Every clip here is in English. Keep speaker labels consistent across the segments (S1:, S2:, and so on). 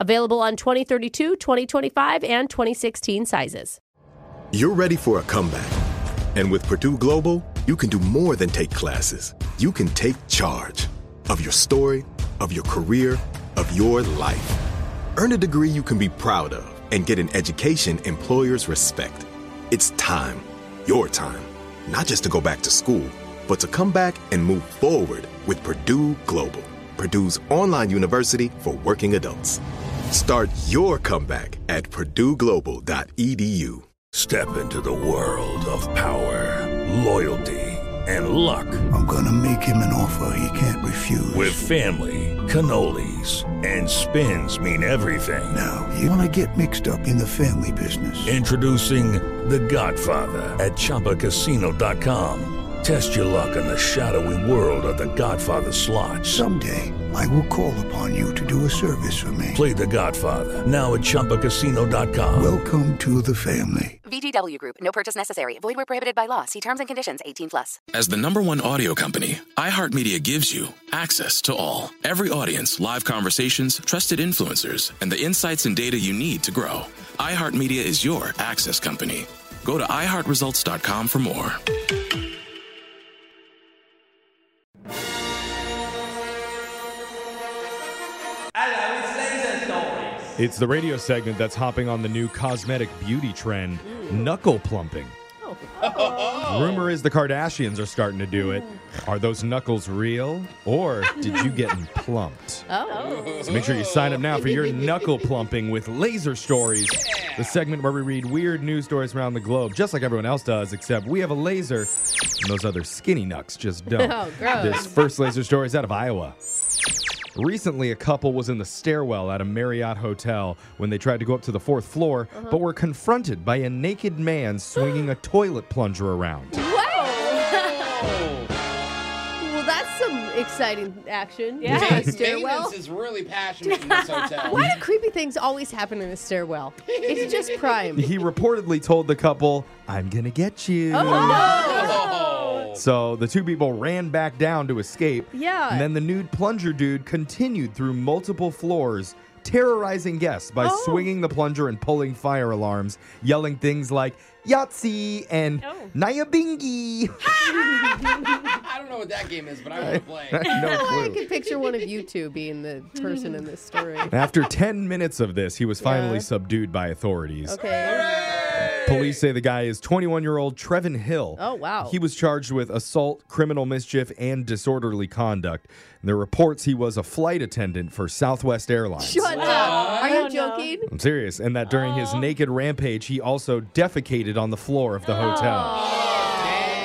S1: Available on 2032, 2025, and 2016 sizes.
S2: You're ready for a comeback. And with Purdue Global, you can do more than take classes. You can take charge of your story, of your career, of your life. Earn a degree you can be proud of and get an education employers respect. It's time, your time, not just to go back to school, but to come back and move forward with Purdue Global, Purdue's online university for working adults. Start your comeback at purdueglobal.edu.
S3: Step into the world of power, loyalty, and luck
S4: I'm gonna make him an offer he can't refuse.
S3: with family, cannolis, and spins mean everything.
S4: now, you wanna get mixed up in the family business.
S3: Introducing The Godfather at ChumbaCasino.com. Test your luck in the shadowy world of The Godfather slot.
S4: Someday, I will call upon you to do a service for me.
S3: Play The Godfather now at ChumbaCasino.com.
S4: Welcome to the family.
S5: VGW Group. No purchase necessary. Void where prohibited by law. See terms and conditions. 18 plus.
S6: As the number one audio company, iHeartMedia gives you access to all. Every audience, live conversations, trusted influencers, and the insights and data you need to grow. iHeartMedia is your access company. Go to iHeartResults.com for more.
S7: Hello, it's Laser Stories.
S8: It's the radio segment that's hopping on the new cosmetic beauty trend, knuckle plumping.
S1: Oh.
S8: Rumor is the Kardashians are starting to do it. Are those knuckles real, or did you get them plumped?
S1: Oh.
S8: So make sure you sign up now for your knuckle plumping with Laser Stories, the segment where we read weird news stories around the globe, just like everyone else does, except we have a laser, and those other skinny knucks just don't.
S1: Oh, gross.
S8: This first laser story is out of Iowa. Recently, a couple was in the stairwell at a Marriott hotel when they tried to go up to the fourth floor,
S1: Uh-huh.
S8: but were confronted by a naked man swinging a toilet plunger around.
S1: Well, that's some exciting action.
S9: Yeah.
S1: Yeah.
S9: Maintenance
S1: Stairwell.
S9: is really passionate in this hotel.
S1: Why do creepy things always happen in a stairwell? It's just prime.
S8: He reportedly told the couple, I'm gonna get you.
S9: Oh.
S8: So the two people ran back down to escape.
S1: Yeah.
S8: And then the nude plunger dude continued through multiple floors, terrorizing guests by
S1: Oh.
S8: swinging the plunger and pulling fire alarms, yelling things like Yahtzee and
S9: Oh.
S8: Naya Bingy.
S9: I don't know what that game is, but I want to play.
S8: no
S1: I
S8: clue.
S1: could picture one of you two being the person in this story.
S8: After 10 minutes of this, he was finally subdued by authorities.
S1: Okay.
S8: Police say the guy is 21 year old Trevin Hill.
S1: Oh, wow.
S8: He was charged with assault, criminal mischief, and disorderly conduct. And there are reports he was a flight attendant for Southwest Airlines.
S1: Shut up. Are
S9: Oh,
S1: you joking?
S8: I'm serious. And that during his naked rampage, he also defecated on the floor of the hotel.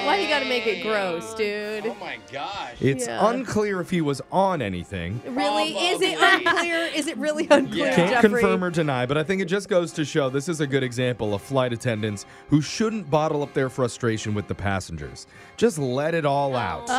S1: Why you gotta make it gross, dude?
S9: Oh my gosh.
S8: It's
S1: Yeah.
S8: unclear if he was on anything.
S1: Really? Is it
S9: Probably.
S1: unclear? Is it really unclear,
S9: Yeah.
S8: Can't
S1: Jeffrey?
S8: confirm or deny, but I think it just goes to show this is a good example of flight attendants who shouldn't bottle up their frustration with the passengers. Just let it all out.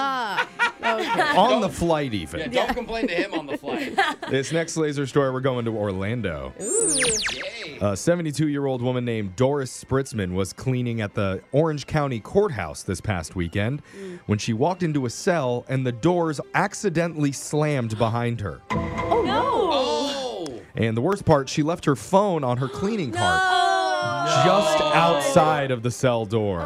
S8: on the flight, even.
S9: Yeah, don't complain to him on the flight.
S8: This next laser story, we're going to Orlando.
S9: Yay.
S8: A 72 year old woman named Doris Spritzman was cleaning at the Orange County Courthouse this past weekend when she walked into a cell and the doors accidentally slammed behind her.
S1: Oh, no.
S9: Oh.
S8: And the worst part, she left her phone on her cleaning cart just outside of the cell door.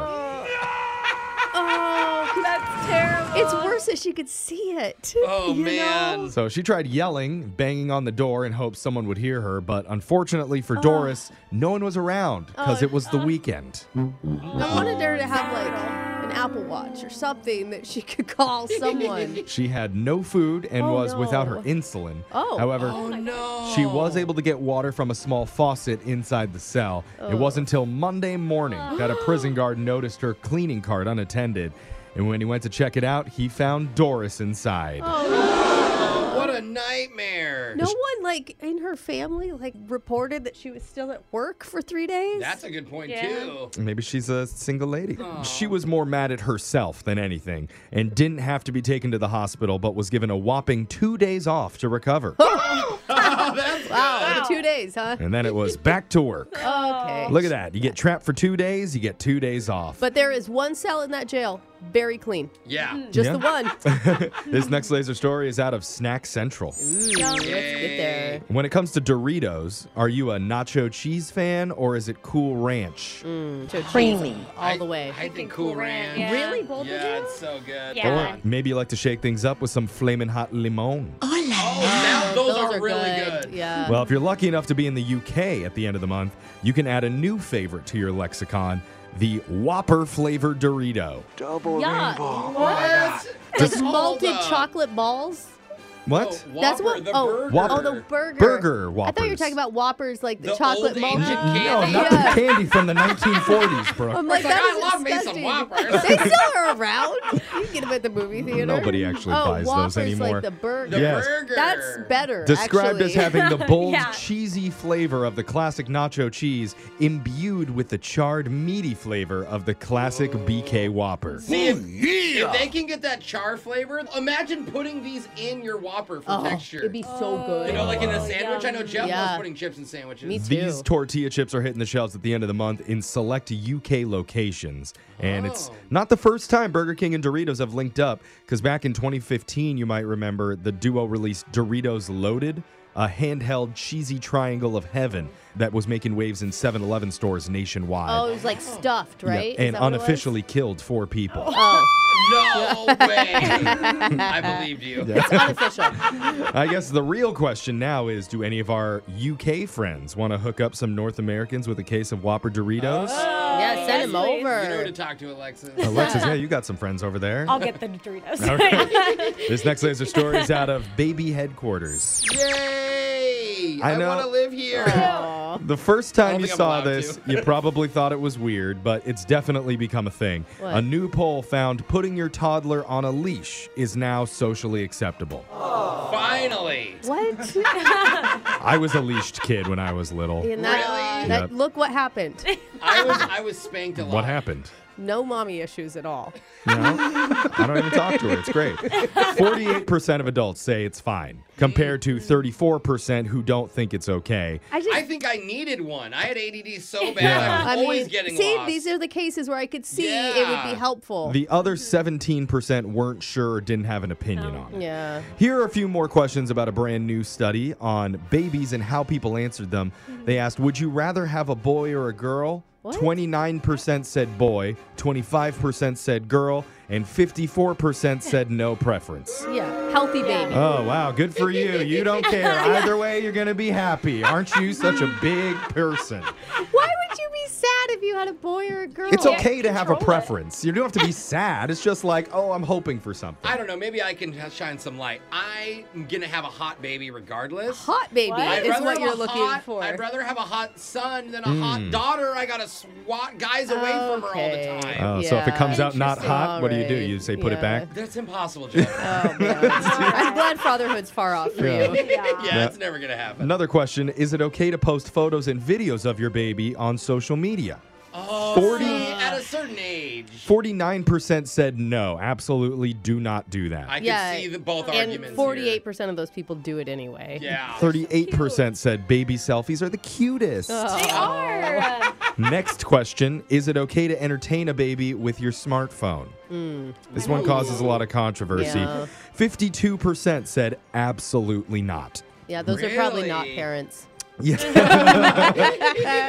S1: that's terrible. It's worse if she could see it.
S9: Oh
S1: you
S9: man.
S8: So she tried yelling, banging on the door in hopes someone would hear her, but unfortunately
S1: Oh.
S8: for Doris, no one was around because it was the weekend.
S1: Know? Oh. I wanted her to have like an Apple Watch or something that she could call someone.
S8: She had no food and
S1: Oh,
S8: was without her
S1: no.
S8: insulin.
S1: Oh.
S8: However,
S9: Oh no.
S8: She was able to get water from a small faucet inside the cell. It wasn't until Monday morning that a prison guard noticed her cleaning cart unattended. And when he went to check it out, he found Doris inside.
S9: What a nightmare. sure.
S1: No one like in her family like reported that she was still at work for three days.
S9: That's a good point
S1: Yeah.
S9: too.
S8: Maybe she's a single lady. She was more mad at herself than anything and didn't have to be taken to the hospital, but was given a whopping two days off to recover.
S9: Oh,
S1: wow, two days, huh?
S8: and then it was back to work.
S1: Okay.
S8: Look at that. You get trapped for two days, you get two days off.
S1: But there is one cell in that jail, very clean,
S9: Yeah.
S1: just
S8: Yeah.
S1: the one.
S8: this next laser story is out of Snack Central.
S1: Let's get there.
S8: When it comes to Doritos, are you a nacho cheese fan or is it Cool Ranch?
S1: So creamy all the way.
S9: I think Cool Ranch.
S10: yeah.
S1: Really, both of
S9: Yeah,
S1: you?
S9: it's so good.
S10: Yeah.
S8: Or maybe you like to shake things up with some flamin' hot limon.
S9: Oh, now those, are, really good.
S1: Yeah.
S8: Well, if you're lucky enough to be in the UK at the end of the month, you can add a new favorite to your lexicon the Whopper flavored Dorito.
S4: Double
S1: Yeah.
S4: rainbow. Oh
S9: What?
S1: Like
S9: Hold
S1: malted
S9: up.
S1: chocolate balls.
S8: What?
S9: Oh,
S1: Oh, That's
S9: Whopper,
S1: what-
S9: the
S1: oh,
S9: burger.
S8: Whopper.
S1: Oh, the burger.
S8: Burger
S1: I thought you were
S8: Whoppers.
S1: talking about Whoppers, like the,
S9: The
S1: chocolate
S9: old
S1: malted.
S9: ancient
S8: No,
S9: candy.
S8: not the
S1: Yeah.
S8: candy from the 1940s,
S1: I'm
S8: bro.
S1: like,
S9: It's like,
S1: that
S9: I
S1: is
S9: love me some
S1: disgusting.
S9: Whoppers.
S1: they still are around. You can get them at the movie theater.
S8: Nobody actually
S1: oh,
S8: buys those
S1: Whoppers
S8: anymore.
S1: like the burger.
S9: The
S8: Yes.
S9: burger.
S1: That's better.
S8: Described
S1: actually.
S8: as having the bold,
S10: Yeah.
S8: cheesy flavor of the classic nacho cheese imbued with the charred, meaty flavor of the classic BK Whopper.
S9: See, if, if they can get that char flavor, imagine putting these in your Whopper for
S1: Oh,
S9: texture.
S1: it'd be so good.
S9: Oh. you know, like in a sandwich. I know Jeff
S1: Yeah.
S9: loves putting chips in sandwiches.
S1: Me
S8: These
S1: too.
S8: tortilla chips are hitting the shelves at the end of the month in select UK locations. And it's
S1: Oh.
S8: not the first time Burger King and Doritos have linked up, because back in 2015, you might remember, the duo released Doritos Loaded, a handheld cheesy triangle of heaven that was making waves in 7 Eleven stores nationwide.
S1: oh, it was like stuffed,
S8: Yeah,
S1: right? Is
S8: and
S1: that what it was? Oh.
S8: unofficially killed four people.
S9: No way. I believed you.
S1: It's unofficial.
S8: I guess the real question now is do any of our UK friends want to hook up some North Americans with a case of Whopper Doritos?
S1: Oh. yeah, send him
S10: Leslie.
S9: You know who to
S1: over.
S9: talk to, Alexis.
S8: Alexis, yeah, you got some friends over there.
S10: I'll get the Doritos.
S8: This next laser story is out of baby headquarters.
S9: Yay!
S8: I
S9: I,
S8: know.
S9: want to live here.
S8: The first time
S9: don't
S8: you
S9: think I'm
S8: saw
S9: allowed
S8: this,
S9: to.
S8: you probably thought it was weird, but it's definitely become a thing.
S1: What?
S8: A new poll found putting your toddler on a leash is now socially acceptable.
S9: Finally.
S1: What?
S8: I was a leashed kid when I was little.
S1: And that,
S8: Really?
S1: that-
S8: Yep.
S1: Look what happened.
S9: I was I was spanked a lot.
S8: What happened?
S1: No mommy issues at all.
S8: You know? I don't even talk to her. It's great. 48% of adults say it's fine, compared to 34% who don't think it's okay.
S10: I just,
S9: I think I needed one. I had ADD so bad.
S8: Yeah.
S9: I was
S1: I
S9: always
S1: mean,
S9: getting
S1: see,
S9: lost.
S1: these are the cases where I could see it would
S9: Yeah.
S1: be helpful.
S8: The other 17% weren't sure or didn't have an
S10: Oh.
S8: opinion on it.
S1: yeah.
S8: Here are a few more questions about a brand new study on babies and how people answered them.
S10: Mm-hmm.
S8: They asked, Would you rather have a boy or a girl?
S1: What?
S8: 29% said boy, 25% said girl, and 54% said no preference.
S1: Yeah. Healthy baby.
S8: Oh, wow. Good for you. You don't care. Either way, you're going to be happy. Aren't you such a big person?
S1: Why would you be sad if you had a boy or a girl?
S8: It's
S10: Yeah,
S8: okay to have a
S10: control it.
S8: preference. You don't have to be sad. It's just like, oh, I'm hoping for something.
S9: I don't know. Maybe I can shine some light. I'm gonna have a hot baby regardless.
S1: Hot baby
S10: What?
S9: I'd
S1: is
S9: rather
S1: what
S9: have
S1: you're
S9: a
S1: looking
S9: hot-
S1: for.
S9: I'd rather have a hot son than a
S8: Hmm.
S9: hot daughter. I gotta swat guys away from her all the
S1: Okay.
S9: time.
S8: Oh, so if it
S1: Yeah.
S8: comes out not
S1: Interesting.
S8: hot, what do you do?
S1: Alright.
S8: You say put it
S1: Yeah.
S8: back?
S9: That's impossible, Jeff.
S1: Oh, man. I'm glad fatherhood's far off for
S8: Yeah.
S1: you.
S9: yeah, it's never gonna happen.
S8: Another question Is it okay to post photos and videos of your baby on social media?
S9: Oh,
S8: 40
S9: see, at a certain age,
S8: 49% said no, absolutely do not do
S9: I
S8: that.
S9: can
S1: Yeah,
S9: see the, both
S1: And
S9: arguments. here.
S1: 48% of those people do it anyway.
S9: Yeah.
S8: 38% said baby selfies are the cutest.
S10: they are.
S8: Next question Is it okay to entertain a baby with your smartphone? This one causes a lot of controversy.
S1: Yeah.
S8: 52% said absolutely not.
S1: Yeah, those are probably not
S9: Really?
S1: parents.
S8: Yeah.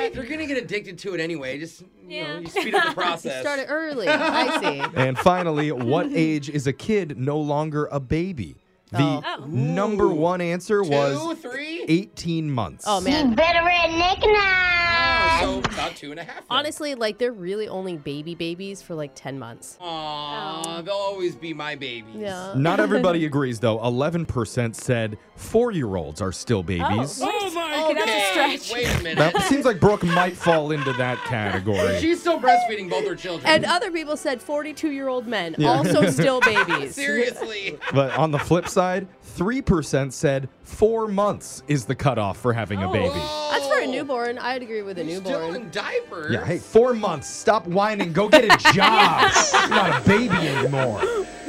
S9: They're gonna get addicted to it anyway. Just you know, you speed up the process.
S1: Start it early. I see.
S8: and finally, what age is a kid no longer a baby? The
S1: Oh.
S8: number one answer
S9: Two,
S8: was
S9: three.
S8: 18 months.
S1: Oh, man.
S11: Better redneck now.
S12: So about two and a half.
S1: Honestly, like they're really only baby babies for like 10 months.
S12: Aw, they'll always be my babies.
S1: Oh. Yeah.
S8: Not everybody agrees, though. 11% said four year olds are still babies.
S12: Oh my
S13: Okay, that's a stretch.
S12: Wait a minute.
S8: That seems like Brooke might fall into that category.
S12: She's still breastfeeding both her children.
S1: And other people said 42 year old men,
S8: Yeah.
S1: also still babies.
S12: Seriously.
S8: But on the flip side, 3% said four months is the cutoff for having a baby.
S1: That's for a newborn. I'd agree with a
S12: You're Still
S1: newborn.
S12: in diapers.
S8: Yeah, hey, four months. Stop whining. Go get a job. You're not a baby anymore.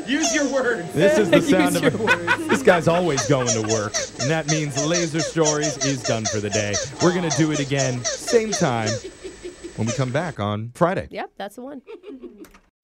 S12: Use your words.
S8: This is the sound of a, this guy's always going to work, and that means Laser Stories is done for the day. We're gonna do it again, same time, when we come back on Friday.
S1: Yep, that's the one.